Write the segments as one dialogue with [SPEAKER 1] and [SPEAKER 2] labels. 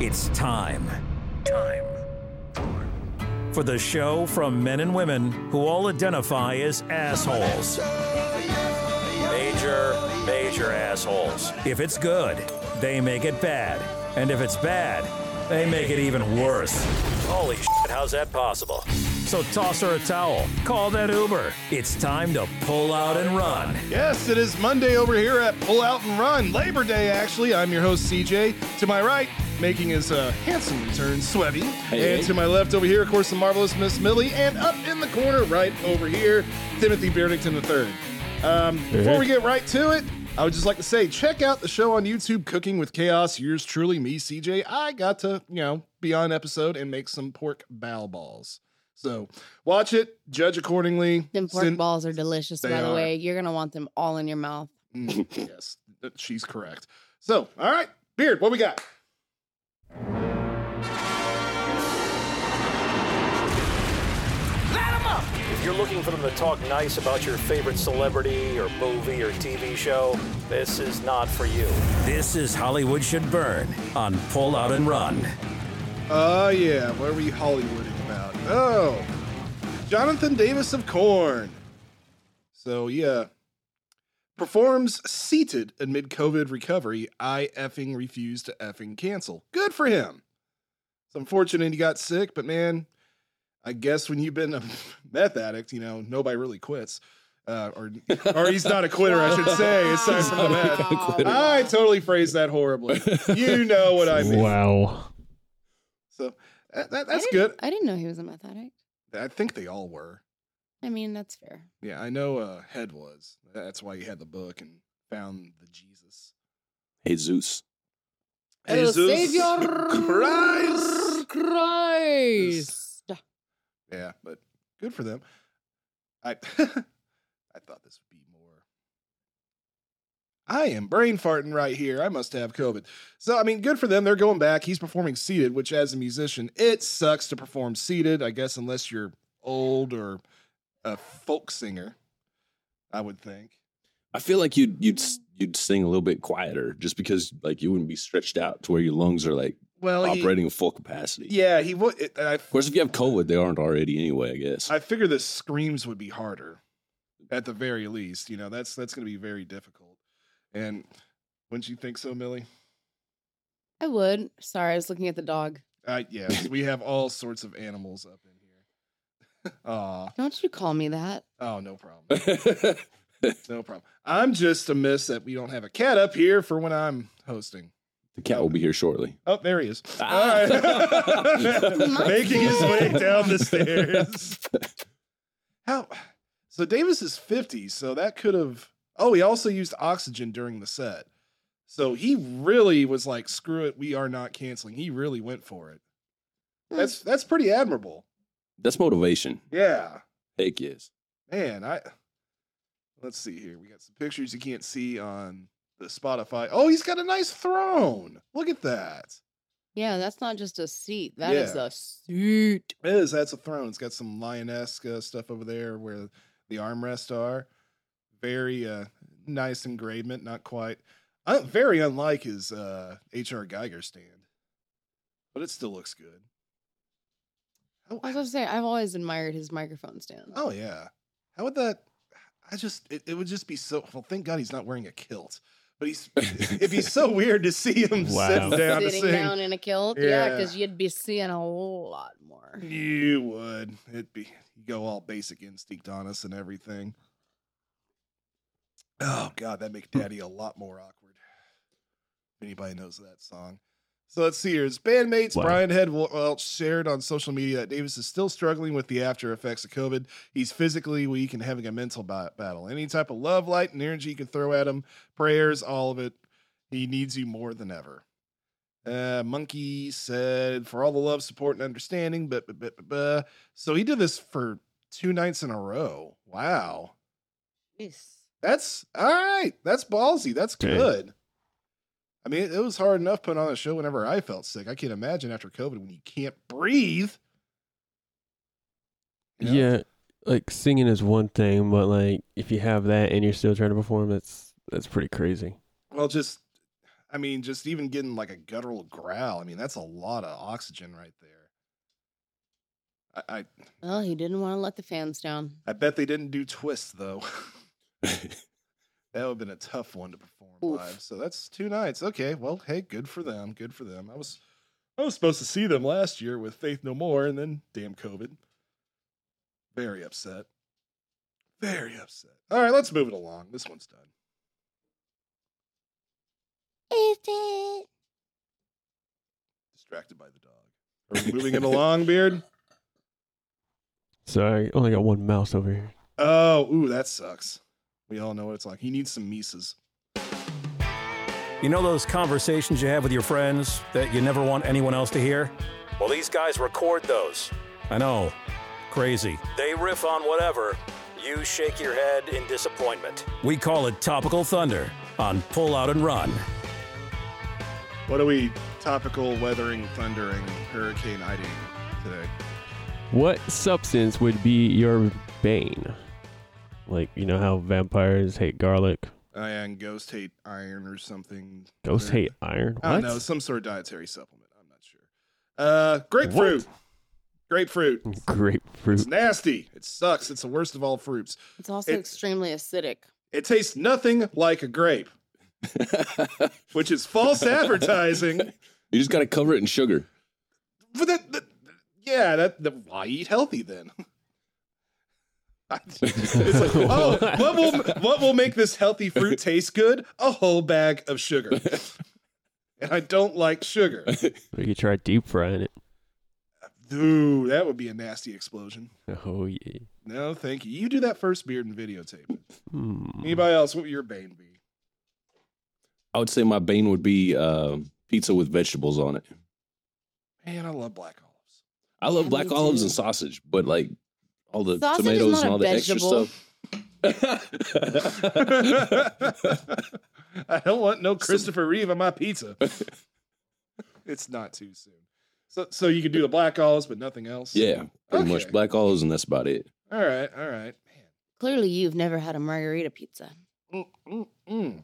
[SPEAKER 1] It's time. Time. For the show from men and women who all identify as assholes. Major, major assholes. If it's good, they make it bad. And if it's bad, they make it even worse. Holy shit, how's that possible? So toss her a towel, call that Uber. It's time to pull out and run.
[SPEAKER 2] Yes, it is Monday over here at Pull Out and Run, Labor Day, actually. I'm your host, CJ. To my right, making his uh, handsome return, Swebby.
[SPEAKER 3] Hey.
[SPEAKER 2] And to my left over here, of course, the marvelous Miss Millie. And up in the corner, right over here, Timothy Beardington III. Um, Before we get right to it, I would just like to say check out the show on YouTube, Cooking with Chaos. Yours truly, me, CJ. I got to, you know, be on episode and make some pork bow balls. So watch it, judge accordingly.
[SPEAKER 4] Them pork
[SPEAKER 2] Send-
[SPEAKER 4] balls are delicious,
[SPEAKER 2] They
[SPEAKER 4] by the
[SPEAKER 2] are.
[SPEAKER 4] way. You're gonna want them all in your mouth.
[SPEAKER 2] Mm, yes, th- she's correct. So, all right, Beard, what we got?
[SPEAKER 1] If you're looking for them to talk nice about your favorite celebrity or movie or TV show, this is not for you. This is Hollywood Should Burn on Pull Out and Run.
[SPEAKER 2] Oh, yeah, what are we Hollywooding about? Oh, Jonathan Davis of Corn. So, yeah, performs seated amid COVID recovery. I effing refuse to effing cancel. Good for him. It's unfortunate he got sick, but man, I guess when you've been a meth addict, you know, nobody really quits. Uh, or, or he's not a quitter, I should say. Aside from the meth. I totally phrased that horribly. You know what I mean.
[SPEAKER 5] Wow.
[SPEAKER 2] So that, that,
[SPEAKER 4] I
[SPEAKER 2] that's
[SPEAKER 4] didn't-
[SPEAKER 2] good.
[SPEAKER 4] I didn't know he was a meth addict.
[SPEAKER 2] I think they all were.
[SPEAKER 4] I mean, that's fair.
[SPEAKER 2] Yeah, I know uh, Head was. That's why he had the book and found the Jesus.
[SPEAKER 3] Hey Zeus.
[SPEAKER 4] Oh, Savior
[SPEAKER 2] Christ!
[SPEAKER 4] Christ.
[SPEAKER 2] Yeah, but good for them. I I thought this would be more. I am brain farting right here. I must have COVID. So I mean, good for them. They're going back. He's performing seated, which as a musician, it sucks to perform seated. I guess unless you're old or a folk singer, I would think.
[SPEAKER 3] I feel like you'd you'd s- you'd sing a little bit quieter just because like you wouldn't be stretched out to where your lungs are like
[SPEAKER 2] Well,
[SPEAKER 3] operating at full capacity.
[SPEAKER 2] yeah, he would. It, I
[SPEAKER 3] Of course, if you have COVID, they aren't already anyway. I guess.
[SPEAKER 2] I figure the screams would be harder, at the very least. You know, that's that's going to be very difficult. And wouldn't you think so, Millie?
[SPEAKER 4] I would. Sorry, I was looking at the dog.
[SPEAKER 2] Uh, yes, we have all sorts of animals up in here. Aw,
[SPEAKER 4] Don't you call me that?
[SPEAKER 2] oh, no problem, no problem. I'm just amiss that we don't have a cat up here for when I'm hosting.
[SPEAKER 3] the cat will be here shortly.
[SPEAKER 2] Oh, there he is. All
[SPEAKER 3] Ah.
[SPEAKER 2] right.
[SPEAKER 3] My
[SPEAKER 2] Making his way
[SPEAKER 4] cat.
[SPEAKER 2] down the stairs. How? So Davis is 50, so that could have. Oh, he also used oxygen during the set. So he really was like, screw it, we are not canceling. He really went for it.
[SPEAKER 4] Hmm.
[SPEAKER 2] That's that's pretty admirable.
[SPEAKER 3] That's motivation.
[SPEAKER 2] Yeah.
[SPEAKER 3] Heck yes.
[SPEAKER 2] Man, I let's see here. We got some pictures you can't see on the Spotify. Oh, he's got a nice throne. Look at that.
[SPEAKER 4] Yeah, that's not just a seat. That is
[SPEAKER 2] Yeah.
[SPEAKER 4] a suit.
[SPEAKER 2] It is. That's a throne. It's got some lioness uh, stuff over there where the armrests are. Very uh, nice engravement. Not quite. Uh, very unlike his uh, H.R. Geiger stand, but it still looks good. How-
[SPEAKER 4] I was gonna say I've always admired his microphone stand.
[SPEAKER 2] oh yeah. How would that? I just it, it would just be so. Well, thank God he's not wearing a kilt. But he's it'd be so weird to see him
[SPEAKER 5] Wow.
[SPEAKER 2] sit down to
[SPEAKER 4] Sitting
[SPEAKER 2] sing.
[SPEAKER 4] down in a kilt. Yeah,
[SPEAKER 2] Yeah.
[SPEAKER 4] because you'd be seeing a whole lot more.
[SPEAKER 2] You would. It'd be you go all basic instinct on us and everything. Oh god, that make Daddy a lot more awkward. If anybody knows that song. So let's see here. His bandmates
[SPEAKER 5] Wow.
[SPEAKER 2] Brian Head Wel- Welch shared on social media that Davis is still struggling with the after effects of COVID. He's physically weak and having a mental ba- battle. Any type of love, light, and energy you can throw at him, prayers, all of it. He needs you more than ever. Uh, Monkey said, "For all the love, support, and understanding." But, but, but, but, but. so he did this for two nights in a row. Wow, that's all right. That's ballsy. That's
[SPEAKER 5] Okay.
[SPEAKER 2] good. I mean, it, it was hard enough putting on a show whenever I felt sick. I can't imagine after COVID when you can't breathe. You know?
[SPEAKER 5] Yeah, like singing is one thing, but like if you have that and you're still trying to perform, that's that's pretty crazy.
[SPEAKER 2] Well, just I- I mean, just even getting like a guttural growl. I mean, that's a lot of oxygen right there. I I,
[SPEAKER 4] Well, he didn't want to let the fans down.
[SPEAKER 2] I bet they didn't do twist though. that would have been a tough one to perform
[SPEAKER 4] Oof.
[SPEAKER 2] live. So that's two nights. Okay. Well, hey, good for them. Good for them. I was I was supposed to see them last year with Faith No More, and then damn COVID. Very upset. Very upset. All right, let's move it along. This one's done.
[SPEAKER 4] Is it?
[SPEAKER 2] Distracted by the dog. Are we moving it along, Beard?
[SPEAKER 5] Sorry, only got one mouse over here.
[SPEAKER 2] Oh, ooh, that sucks. We all know what it's like. He needs some Mises.
[SPEAKER 1] You know those conversations you have with your friends that you never want anyone else to hear? Well, these guys record those. I know. Crazy. They riff on whatever. You shake your head in disappointment. We call it Topical Thunder on Pull Out and Run.
[SPEAKER 2] What are we topical weathering, thundering, hurricane hiding today?
[SPEAKER 5] What substance would be your bane? Like you know how vampires hate garlic,
[SPEAKER 2] I and ghost hate iron or something.
[SPEAKER 5] ghosts
[SPEAKER 2] Or-
[SPEAKER 5] hate iron. What?
[SPEAKER 2] Mm. I don't know, some sort of dietary supplement. I'm not sure. Uh, grapefruit. Grapefruit. It's
[SPEAKER 5] Grapefruit.
[SPEAKER 2] nasty. It sucks. It's the worst of all fruits.
[SPEAKER 4] It's also
[SPEAKER 2] It's-
[SPEAKER 4] extremely acidic.
[SPEAKER 2] It tastes nothing like a grape, which is false advertising.
[SPEAKER 3] you just got to cover it in sugar.
[SPEAKER 2] But that, that yeah, that, that why eat healthy then? it's like, oh, what will what will make this healthy fruit taste good? A whole bag of sugar. And I don't like sugar.
[SPEAKER 5] Or you could try deep frying it.
[SPEAKER 2] Ooh, that would be a nasty explosion.
[SPEAKER 5] Oh yeah.
[SPEAKER 2] No, thank you. You do that first beard and videotape it.
[SPEAKER 5] Hmm.
[SPEAKER 2] Anybody else? What would your bane be?
[SPEAKER 3] I would say my bane would be uh, pizza with vegetables on it.
[SPEAKER 2] Man, I love black olives.
[SPEAKER 3] I love
[SPEAKER 4] Yeah,
[SPEAKER 3] black
[SPEAKER 4] me
[SPEAKER 3] olives
[SPEAKER 4] too.
[SPEAKER 3] and sausage, but like all the
[SPEAKER 4] Sausage is
[SPEAKER 3] tomatoes
[SPEAKER 4] not
[SPEAKER 3] and
[SPEAKER 4] a
[SPEAKER 3] all the extra
[SPEAKER 4] vegetable.
[SPEAKER 3] stuff.
[SPEAKER 2] I don't want no Christopher Reeve on my pizza. it's not too soon. So, so you could do the black olives, but nothing else.
[SPEAKER 3] yeah, pretty much
[SPEAKER 2] Okay.
[SPEAKER 3] black olives, and that's about it.
[SPEAKER 2] All right. All right.
[SPEAKER 4] Clearly, you've never had a margarita pizza.
[SPEAKER 2] Man. Mm, mm, mm.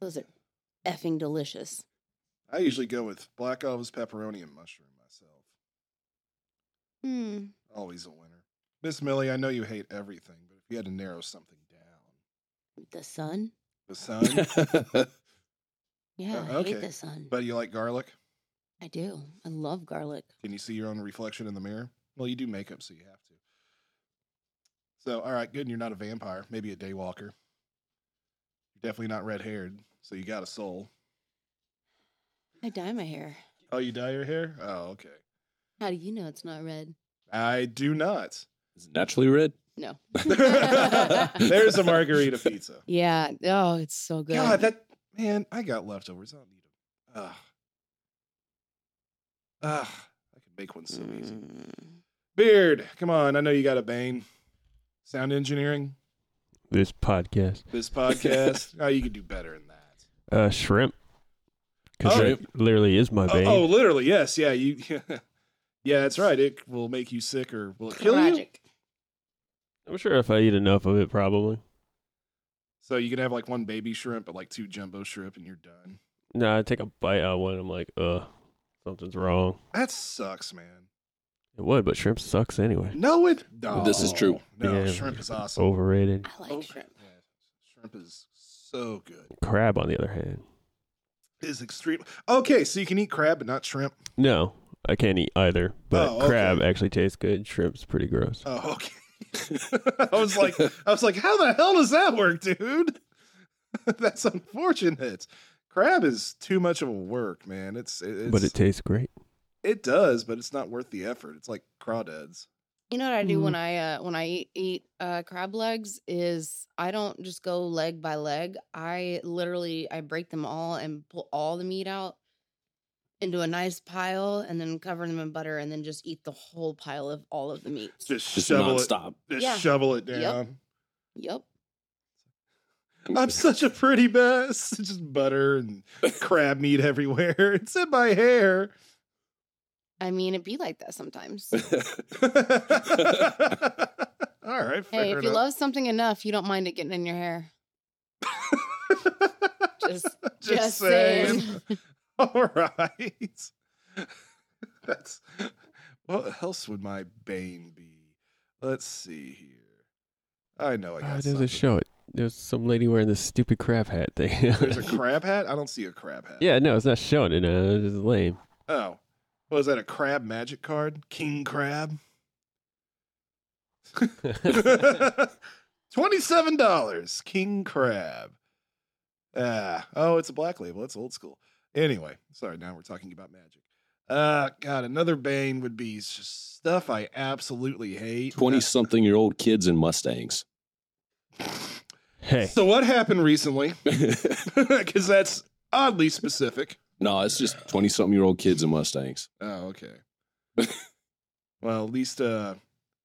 [SPEAKER 4] Those are effing delicious.
[SPEAKER 2] I usually go with black olives, pepperoni, and mushroom myself.
[SPEAKER 4] Hmm.
[SPEAKER 2] Always a winner. Miss Millie, I know you hate everything, but if you had to narrow something down,
[SPEAKER 4] The sun?
[SPEAKER 2] the sun,
[SPEAKER 4] Yeah,
[SPEAKER 2] Uh,
[SPEAKER 4] I
[SPEAKER 2] okay.
[SPEAKER 4] hate the sun.
[SPEAKER 2] but you like garlic.
[SPEAKER 4] I do. I love garlic.
[SPEAKER 2] Can you see your own reflection in the mirror? Well, you do makeup, so you have to. So, all right, good. And you're not a vampire, maybe a daywalker. You're definitely not red haired, so you got a soul.
[SPEAKER 4] I dye my hair.
[SPEAKER 2] Oh, you dye your hair? Oh, okay.
[SPEAKER 4] How do you know it's not red?
[SPEAKER 2] I do not.
[SPEAKER 3] Is it naturally red?
[SPEAKER 4] No.
[SPEAKER 2] There's a margarita pizza.
[SPEAKER 4] yeah. Oh, it's so good.
[SPEAKER 2] God, that man, I got leftovers. I don't need them. Ugh. Ugh. I could make one so easy.
[SPEAKER 4] Mm.
[SPEAKER 2] Beard, come on. I know you got a bane. Sound engineering,
[SPEAKER 5] This podcast.
[SPEAKER 2] this podcast. oh, you could do better than that.
[SPEAKER 5] Uh, shrimp. Because
[SPEAKER 2] Oh.
[SPEAKER 5] literally is my
[SPEAKER 2] Oh,
[SPEAKER 5] bane.
[SPEAKER 2] oh, literally, yes, yeah, you, yeah, that's right. It will make you sick, or will it kill you?
[SPEAKER 4] Tragic.
[SPEAKER 5] I'm sure if I eat enough of it, probably.
[SPEAKER 2] So you can have like one baby shrimp, but like two jumbo shrimp, and you're done.
[SPEAKER 5] No, I take a bite out of one. I'm like, uh, something's wrong.
[SPEAKER 2] That sucks, man.
[SPEAKER 5] It would, but shrimp sucks anyway.
[SPEAKER 2] No, it. No,
[SPEAKER 3] This is true.
[SPEAKER 2] No,
[SPEAKER 5] Yeah.
[SPEAKER 2] shrimp is awesome.
[SPEAKER 5] Overrated.
[SPEAKER 4] I like
[SPEAKER 2] Oh,
[SPEAKER 4] shrimp.
[SPEAKER 2] yeah, shrimp is so good.
[SPEAKER 5] Crab, on the other hand,
[SPEAKER 2] It is extreme. Okay, so you can eat crab, but not shrimp.
[SPEAKER 5] no, I can't eat either. But
[SPEAKER 2] Oh, okay.
[SPEAKER 5] crab actually tastes good. Shrimp's pretty gross.
[SPEAKER 2] Oh, okay. I was like, I was like, how the hell does that work, dude? That's unfortunate. Crab is too much of a work, man. It's, it's
[SPEAKER 5] but it tastes great.
[SPEAKER 2] It does, but it's not worth the effort. It's like crawdads.
[SPEAKER 4] You know what I do when I
[SPEAKER 2] Mm-hmm.
[SPEAKER 4] uh, when I eat, eat uh, crab legs is I don't just go leg by leg. I literally I break them all and pull all the meat out into a nice pile and then cover them in butter and then just eat the whole pile of all of the meat.
[SPEAKER 2] Just,
[SPEAKER 3] Just
[SPEAKER 2] shovel it.
[SPEAKER 3] nonstop.
[SPEAKER 2] Just
[SPEAKER 4] Yeah.
[SPEAKER 2] shovel it
[SPEAKER 4] Yep.
[SPEAKER 2] down.
[SPEAKER 4] Yep.
[SPEAKER 2] I'm such a pretty mess. Just butter and crab meat everywhere. It's in my hair.
[SPEAKER 4] I mean, it be like that sometimes.
[SPEAKER 2] All right. Fair
[SPEAKER 4] hey, if you
[SPEAKER 2] enough.
[SPEAKER 4] love something enough, you don't mind it getting in your hair. Just,
[SPEAKER 2] Just
[SPEAKER 4] just
[SPEAKER 2] saying.
[SPEAKER 4] saying.
[SPEAKER 2] All right. That's what else would my bane be? Let's see here. I know I got
[SPEAKER 5] Oh, there's
[SPEAKER 2] something.
[SPEAKER 5] a show. There's some lady wearing this stupid crab hat thing.
[SPEAKER 2] There's a crab hat? I don't see a crab hat.
[SPEAKER 5] yeah, no, it's not showing it. Uh, it's lame.
[SPEAKER 2] Oh. What is that? A crab magic card? King crab? Twenty-seven dollars. King crab. Ah. Oh, it's a black label. That's old school. Anyway, sorry. Now we're talking about magic. Uh, God, another bane would be s- stuff I absolutely hate. Uh,
[SPEAKER 3] 20 something year old kids in Mustangs.
[SPEAKER 5] hey,
[SPEAKER 2] So what happened recently? Because that's oddly specific.
[SPEAKER 3] no, it's just 20 something year old kids in Mustangs.
[SPEAKER 2] Oh, okay. well, at least uh,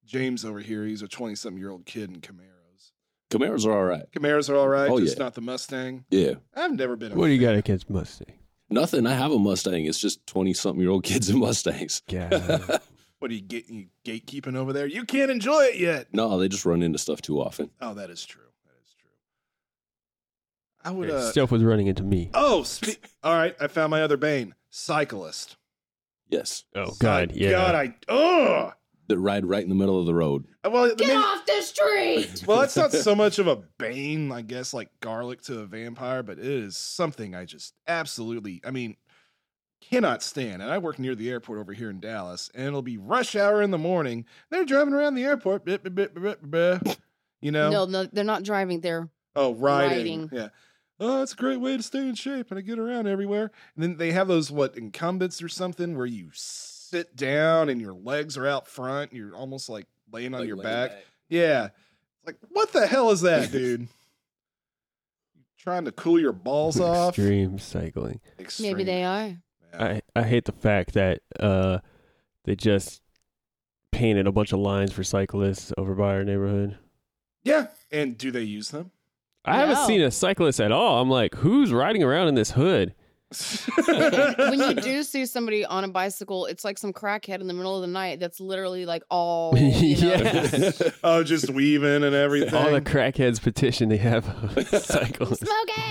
[SPEAKER 2] James over here, he's a 20 something year old kid in Camaros.
[SPEAKER 3] Camaros are all right.
[SPEAKER 2] Camaros are all right,
[SPEAKER 3] Oh,
[SPEAKER 2] just
[SPEAKER 3] yeah.
[SPEAKER 2] not the Mustang.
[SPEAKER 3] Yeah.
[SPEAKER 2] I've never been a
[SPEAKER 5] what do you
[SPEAKER 2] fan.
[SPEAKER 5] got against Mustang?
[SPEAKER 3] Nothing. I have a Mustang. It's just 20 something year old kids in Mustangs.
[SPEAKER 5] God.
[SPEAKER 2] What are you, get, you gatekeeping over there? You can't enjoy it yet.
[SPEAKER 3] No, they just run into stuff too often.
[SPEAKER 2] Oh, that is true. That is true. I would.
[SPEAKER 5] Hey,
[SPEAKER 2] Uh,
[SPEAKER 5] Stuff was running into me.
[SPEAKER 2] oh, spe- all right. I found my other bane cyclist.
[SPEAKER 3] Yes.
[SPEAKER 5] Oh
[SPEAKER 2] Cy-
[SPEAKER 5] God, yeah.
[SPEAKER 2] God, I. Ugh.
[SPEAKER 3] That ride right in the middle of the road.
[SPEAKER 2] Well,
[SPEAKER 4] Get
[SPEAKER 2] maybe-
[SPEAKER 4] off the street.
[SPEAKER 2] Well, that's not so much of a bane, I guess, like garlic to a vampire, but it is something I just absolutely, I mean, cannot stand. And I work near the airport over here in Dallas, and it'll be rush hour in the morning. They're driving around the airport, blah, blah, blah, blah, blah, blah, you know?
[SPEAKER 4] No, no, they're not driving. They're
[SPEAKER 2] Oh, riding.
[SPEAKER 4] Riding.
[SPEAKER 2] Yeah. Oh, that's a great way to stay in shape and I get around everywhere. And then they have those what incumbents or something where you sit down and your legs are out front. And you're almost like laying on
[SPEAKER 3] Like
[SPEAKER 2] your
[SPEAKER 3] laying
[SPEAKER 2] back. Yeah. Like, what the hell is that, dude? Trying to cool your balls off?
[SPEAKER 5] Extreme cycling.
[SPEAKER 2] Extreme.
[SPEAKER 4] maybe they are.
[SPEAKER 2] Yeah.
[SPEAKER 5] I I hate the fact that uh they just painted a bunch of lines for cyclists over by our neighborhood.
[SPEAKER 2] Yeah. And do they use them?
[SPEAKER 5] I haven't
[SPEAKER 4] No.
[SPEAKER 5] seen a cyclist at all. I'm like, who's riding around in this hood?
[SPEAKER 4] when you do see somebody on a bicycle, it's like some crackhead in the middle of the night that's literally like all you know,
[SPEAKER 5] Yeah.
[SPEAKER 2] oh, just weaving and everything.
[SPEAKER 5] All the crackheads petition they have of cyclists.
[SPEAKER 4] Smokey.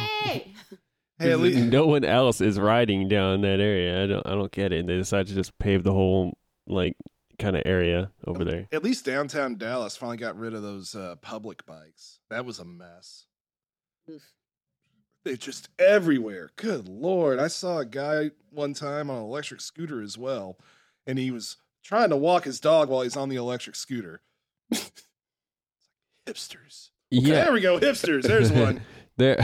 [SPEAKER 2] hey, at least,
[SPEAKER 5] no one else is riding down that area. I don't I don't get it. They decided to just pave the whole like kind of area over there.
[SPEAKER 2] at least downtown Dallas finally got rid of those uh, public bikes. That was a mess. They're just everywhere. Good lord. I saw a guy one time on an electric scooter as well, and he was trying to walk his dog while he's on the electric scooter. hipsters. There we go, hipsters. There's one.
[SPEAKER 5] There,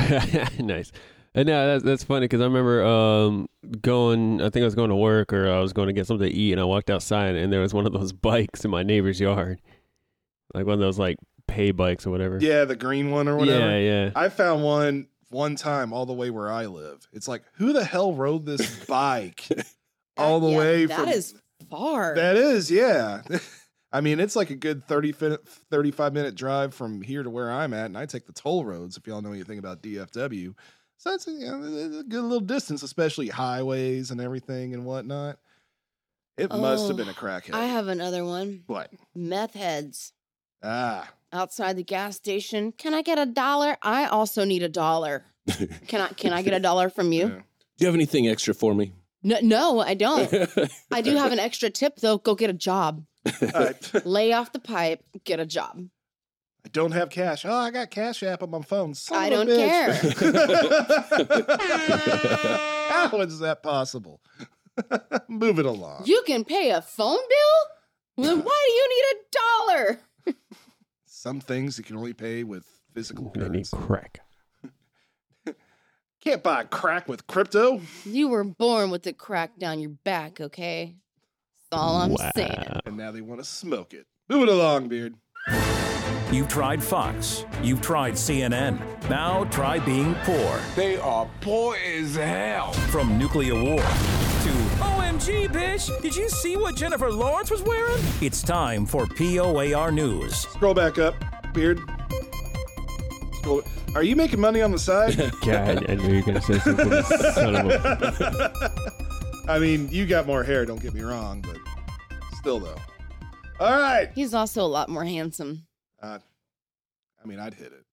[SPEAKER 5] nice. And no, that's that's funny because I remember um, going. I think I was going to work or I was going to get something to eat, and I walked outside, and there was one of those bikes in my neighbor's yard, like one of those like pay bikes or whatever.
[SPEAKER 2] Yeah, the green one or whatever.
[SPEAKER 5] yeah, yeah.
[SPEAKER 2] I found one one time all the way where I live. It's like, who the hell rode this bike all the
[SPEAKER 4] Yeah,
[SPEAKER 2] way
[SPEAKER 4] that
[SPEAKER 2] from
[SPEAKER 4] is far.
[SPEAKER 2] That is, yeah. I mean, it's like a good 30 fin- 35 minute drive from here to where I'm at, and I take the toll roads if y'all know anything about DFW. So that's a, you know, it's a good little distance, especially highways and everything and whatnot. It must have
[SPEAKER 4] Oh,
[SPEAKER 2] been a crackhead.
[SPEAKER 4] I have another one.
[SPEAKER 2] what?
[SPEAKER 4] Meth heads
[SPEAKER 2] Ah,
[SPEAKER 4] outside the gas station. Can I get a dollar? I also need a dollar. Can I can I get a dollar from you?
[SPEAKER 2] Yeah.
[SPEAKER 3] Do you have anything extra for me?
[SPEAKER 4] No, no, I don't. I do have an extra tip though. Go get a job.
[SPEAKER 2] I,
[SPEAKER 4] Lay off the pipe. Get a job.
[SPEAKER 2] I don't have cash. Oh, I got Cash App on my phone. Son
[SPEAKER 4] I
[SPEAKER 2] of a
[SPEAKER 4] don't
[SPEAKER 2] bitch. How is that possible? Move it along.
[SPEAKER 4] You can pay a phone bill? Then why do you need a dollar?
[SPEAKER 2] Some things you can only pay with physical
[SPEAKER 5] They need
[SPEAKER 2] currency.
[SPEAKER 5] crack.
[SPEAKER 2] Can't buy crack with crypto.
[SPEAKER 4] You were born with the crack down your back, okay? That's all I'm saying.
[SPEAKER 2] And now they want to smoke it. Move it along, Beard.
[SPEAKER 1] You've tried Fox. You've tried CNN. Now try being poor.
[SPEAKER 6] They are poor as hell.
[SPEAKER 1] From nuclear war to OMG, bitch! Did you see what Jennifer Lawrence was wearing? It's time for POAR News.
[SPEAKER 2] Scroll back up, Beard. Scroll. Are you making money on the side?
[SPEAKER 5] God, I knew you were gonna say something. son of a-
[SPEAKER 2] I mean, you got more hair, don't get me wrong, but still, though. All right.
[SPEAKER 4] He's also a lot more handsome.
[SPEAKER 2] Uh, I mean, I'd hit it.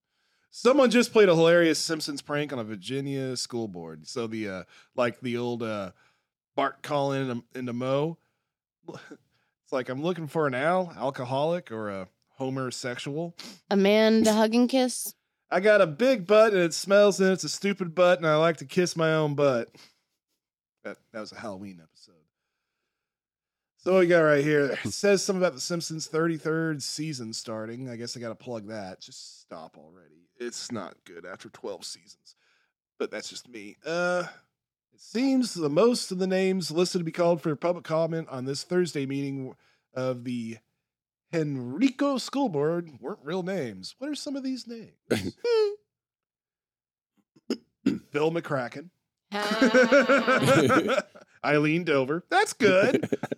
[SPEAKER 2] Someone just played a hilarious Simpsons prank on a Virginia school board. So the uh, like the old uh, Bart calling in into Mo. It's like I'm looking for an Al, alcoholic or a homosexual.
[SPEAKER 4] A man to hug and kiss.
[SPEAKER 2] I got a big butt and it smells and it's a stupid butt and I like to kiss my own butt. That that was a Halloween episode. So what we got right here it says something about the Simpsons 33rd season starting. I guess I got to plug that. Just stop already. It's not good after 12 seasons. But that's just me. Uh it seems the most of the names listed to be called for public comment on this Thursday meeting of the Henrico School Board weren't real names. What are some of these names? Bill McCracken.
[SPEAKER 4] Ah.
[SPEAKER 2] Eileen Dover. That's good.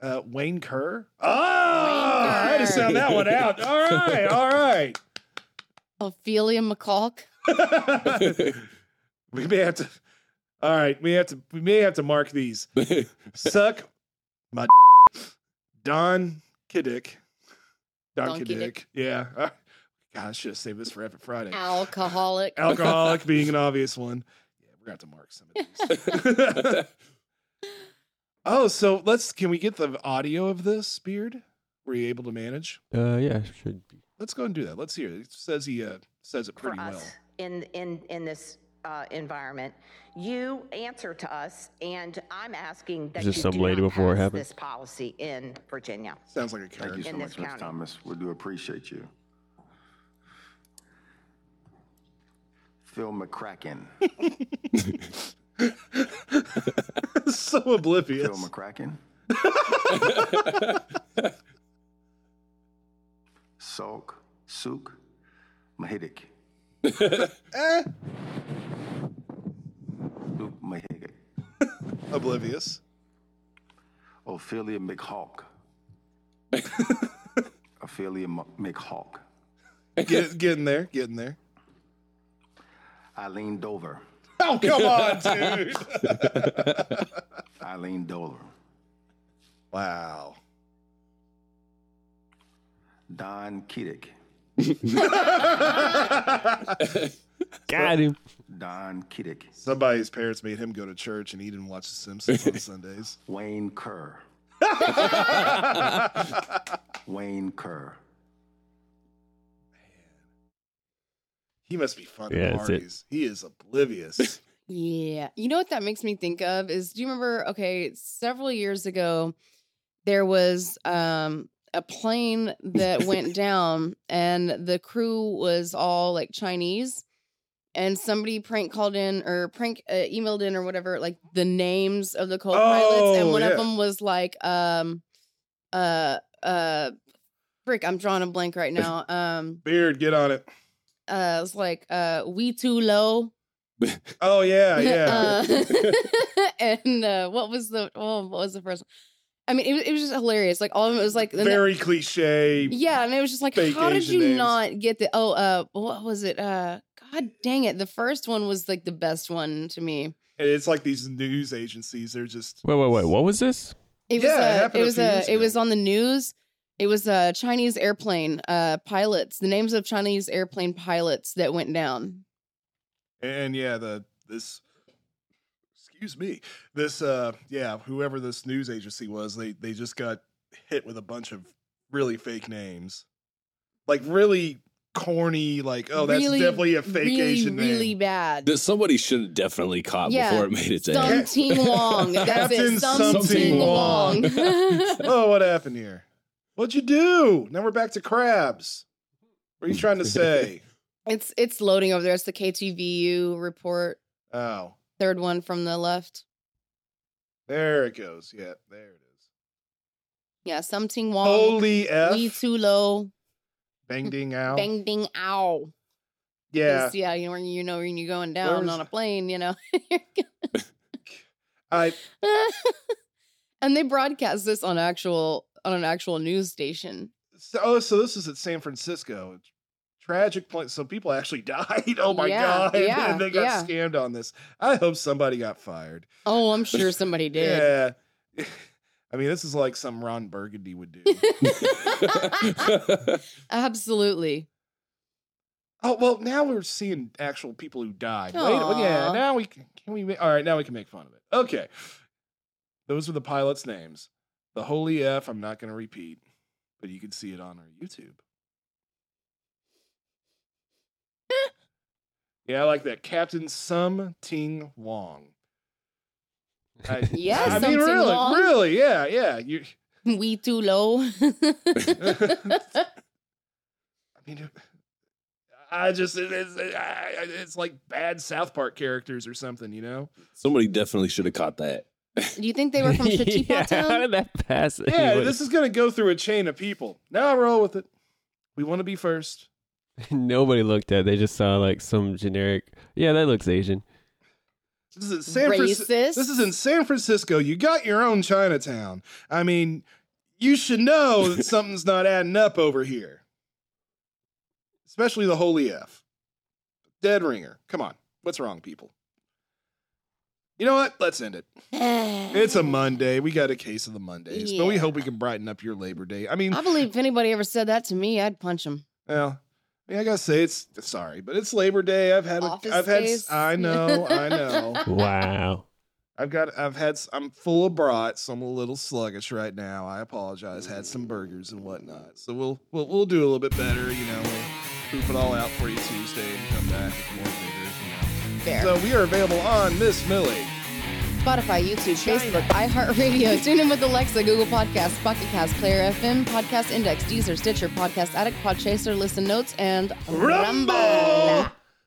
[SPEAKER 2] Uh, Wayne Kerr. Oh, I had to sound that one out. All right, all right.
[SPEAKER 4] Ophelia McCulk.
[SPEAKER 2] we may have to. All right, we have to. We may have to mark these. Suck my d- Don Kiddick. Don,
[SPEAKER 4] Don
[SPEAKER 2] Kiddick.
[SPEAKER 4] Kiddick.
[SPEAKER 2] Yeah. Uh, God, I should have saved this for Epic Friday.
[SPEAKER 4] Alcoholic.
[SPEAKER 2] Alcoholic being an obvious one. Yeah, we're going to have to mark some of these. oh, so let's. Can we get the audio of this, Beard? Were you able to manage?
[SPEAKER 5] Uh, yeah, should be.
[SPEAKER 2] Let's go and do that. Let's hear it. It says he uh, says it
[SPEAKER 7] for
[SPEAKER 2] pretty well.
[SPEAKER 7] us in in in this uh, environment. You answer to us, and I'm asking that
[SPEAKER 5] Is this
[SPEAKER 7] you
[SPEAKER 5] some
[SPEAKER 7] do
[SPEAKER 5] lady
[SPEAKER 7] not
[SPEAKER 5] before it
[SPEAKER 7] pass
[SPEAKER 5] happened?
[SPEAKER 7] This policy in Virginia.
[SPEAKER 2] Sounds like a
[SPEAKER 6] Thank you
[SPEAKER 2] character.
[SPEAKER 6] so
[SPEAKER 7] In
[SPEAKER 6] much,
[SPEAKER 7] this
[SPEAKER 6] Miss
[SPEAKER 7] county.
[SPEAKER 6] Thomas. We do appreciate you. Phil McCracken.
[SPEAKER 2] so
[SPEAKER 6] Phil
[SPEAKER 2] oblivious.
[SPEAKER 6] McCracken. Sulk, Sook, Mahidic. Luke Mahidic.
[SPEAKER 2] Oblivious.
[SPEAKER 6] Ophelia McHawk. Ophelia M- McHawk.
[SPEAKER 2] Get, getting there. Getting there.
[SPEAKER 6] Eileen Dover.
[SPEAKER 2] Oh, come on, dude.
[SPEAKER 6] Eileen Dover.
[SPEAKER 2] wow.
[SPEAKER 6] Don Kiddick.
[SPEAKER 5] Got him.
[SPEAKER 6] Don Kiddick.
[SPEAKER 2] Somebody's parents made him go to church and he didn't watch The Simpsons on Sundays.
[SPEAKER 6] Wayne Kerr. Wayne Kerr.
[SPEAKER 2] He must be fun
[SPEAKER 5] Yeah,
[SPEAKER 2] at
[SPEAKER 5] that's it.
[SPEAKER 2] parties. He is oblivious.
[SPEAKER 4] Yeah. You know what that makes me think of is do you remember okay, several years ago there was um a plane that went down and the crew was all like Chinese and somebody prank called in or prank uh, emailed in or whatever like the names of the co-pilots and
[SPEAKER 2] Oh,
[SPEAKER 4] one
[SPEAKER 2] yeah.
[SPEAKER 4] of them was like um uh uh frick I'm drawing a blank right now um
[SPEAKER 2] Beard, get on it.
[SPEAKER 4] uh it was like uh we too low
[SPEAKER 2] Oh yeah, yeah.
[SPEAKER 4] uh, and uh, what was the oh, what was the first? one? I mean, it, was- it was just hilarious. Like all of them, it was like and the-
[SPEAKER 2] Very cliche.
[SPEAKER 4] yeah, and it was just like,
[SPEAKER 2] fake
[SPEAKER 4] how did
[SPEAKER 2] Asian
[SPEAKER 4] you
[SPEAKER 2] names.
[SPEAKER 4] not get the? Oh, uh, what was it? Uh, God dang it! The first one was like the best one to me.
[SPEAKER 2] And it's like these news agencies. They're just
[SPEAKER 5] Wait, wait, wait. What was this?
[SPEAKER 4] It
[SPEAKER 2] Yeah, it
[SPEAKER 4] was a,
[SPEAKER 2] happened
[SPEAKER 4] it
[SPEAKER 2] a
[SPEAKER 4] was
[SPEAKER 2] few years
[SPEAKER 4] a, it
[SPEAKER 2] ago.
[SPEAKER 4] was on the news. It was a Chinese airplane uh, pilots. The names of Chinese airplane pilots that went down.
[SPEAKER 2] and yeah, the this excuse me. This uh yeah, whoever this news agency was, they they just got hit with a bunch of really fake names. Like really corny, like, oh, that's
[SPEAKER 4] Really,
[SPEAKER 2] definitely a fake
[SPEAKER 4] really,
[SPEAKER 2] Asian name.
[SPEAKER 4] really bad.
[SPEAKER 3] That somebody should have definitely caught
[SPEAKER 4] Yeah.
[SPEAKER 3] before it made its
[SPEAKER 4] Some
[SPEAKER 3] ass.
[SPEAKER 4] Ting Wong. That's
[SPEAKER 2] Captain
[SPEAKER 4] it. Some
[SPEAKER 2] Something
[SPEAKER 4] Ting
[SPEAKER 2] Wong.
[SPEAKER 4] Wong.
[SPEAKER 2] oh, what happened here? What'd you do? Now we're back to crabs. What are you trying to say?
[SPEAKER 4] it's it's loading over there. It's the KTVU report,
[SPEAKER 2] oh.
[SPEAKER 4] third one from the left.
[SPEAKER 2] There it goes. Yeah, there it is.
[SPEAKER 4] Yeah, Some Ting Wong.
[SPEAKER 2] Holy F.
[SPEAKER 4] Um, we too low.
[SPEAKER 2] Bang ding out.
[SPEAKER 4] Bang ding ow.
[SPEAKER 2] Yeah.
[SPEAKER 4] 'Cause, Yeah, you know when you know when you're going
[SPEAKER 2] Where
[SPEAKER 4] down
[SPEAKER 2] was-
[SPEAKER 4] on a plane, you know.
[SPEAKER 2] I
[SPEAKER 4] and they broadcast this on actual on an actual news station.
[SPEAKER 2] so, oh, so this is at San Francisco. Tragic point. So people actually died. Oh my
[SPEAKER 4] Yeah,
[SPEAKER 2] god.
[SPEAKER 4] yeah,
[SPEAKER 2] and they got
[SPEAKER 4] yeah.
[SPEAKER 2] scammed on this. I hope somebody got fired.
[SPEAKER 4] Oh, I'm sure somebody did.
[SPEAKER 2] Yeah. I mean, this is like some Ron Burgundy would do.
[SPEAKER 4] Absolutely.
[SPEAKER 2] Oh well, now we're seeing actual people who died. Wait, well, yeah,
[SPEAKER 4] Aw.
[SPEAKER 2] now we can. Can we? Make, all right, now we can make fun of it. Okay, those were the pilots' names. The holy f. I'm not going to repeat, but you can see it on our YouTube. yeah, I like that, Captain Sum Ting Wong. I,
[SPEAKER 4] Yeah,
[SPEAKER 2] I
[SPEAKER 4] Sum
[SPEAKER 2] mean,
[SPEAKER 4] Ting
[SPEAKER 2] really,
[SPEAKER 4] Wong.
[SPEAKER 2] really, yeah, yeah. You,
[SPEAKER 4] we too low.
[SPEAKER 2] I mean, I just it- it's, I- I- it's like bad South Park characters or something, you know?
[SPEAKER 3] Somebody definitely should have caught that.
[SPEAKER 4] Do you think they were from
[SPEAKER 5] yeah,
[SPEAKER 4] Chichipa
[SPEAKER 5] how
[SPEAKER 4] town?
[SPEAKER 5] did that pass?
[SPEAKER 2] Yeah,
[SPEAKER 5] anyone?
[SPEAKER 2] this is gonna go through a chain of people. Now I roll with it. We want to be first.
[SPEAKER 5] nobody looked at. it. They just saw like some generic. Yeah, that looks Asian.
[SPEAKER 2] This is in San Francisco.
[SPEAKER 4] Racist.
[SPEAKER 2] This is in San Francisco. You got your own Chinatown. I mean, you should know that something's not adding up over here. Especially the holy F. Dead ringer. Come on. What's wrong, people? You know what? Let's end it. It's a Monday. We got a case of the Mondays, but we
[SPEAKER 4] Yeah.
[SPEAKER 2] hope we can brighten up your Labor Day. I mean,
[SPEAKER 4] I believe if anybody ever said that to me, I'd punch him.
[SPEAKER 2] well, I, mean, I gotta say it's sorry, but it's Labor Day. I've had, a,
[SPEAKER 4] Office
[SPEAKER 2] I've had,
[SPEAKER 4] days.
[SPEAKER 2] I know, I know.
[SPEAKER 5] Wow.
[SPEAKER 2] I've got, I've had, s- I'm full of brat, so I'm a little sluggish right now. I apologize. Had some burgers and whatnot, so we'll, we'll, we'll do a little bit better. You know, we'll poop it all out for you Tuesday and come back with more vigors. You
[SPEAKER 4] Fair.
[SPEAKER 2] know. So we are available on Miss Millie.
[SPEAKER 4] Spotify, YouTube, Facebook, iHeartRadio, Tune in with Alexa, Google Podcasts, Pocket Cast, Player FM, Podcast Index, Deezer, Stitcher, Podcast Addict, Podchaser, Listen Notes, and
[SPEAKER 2] Rumble.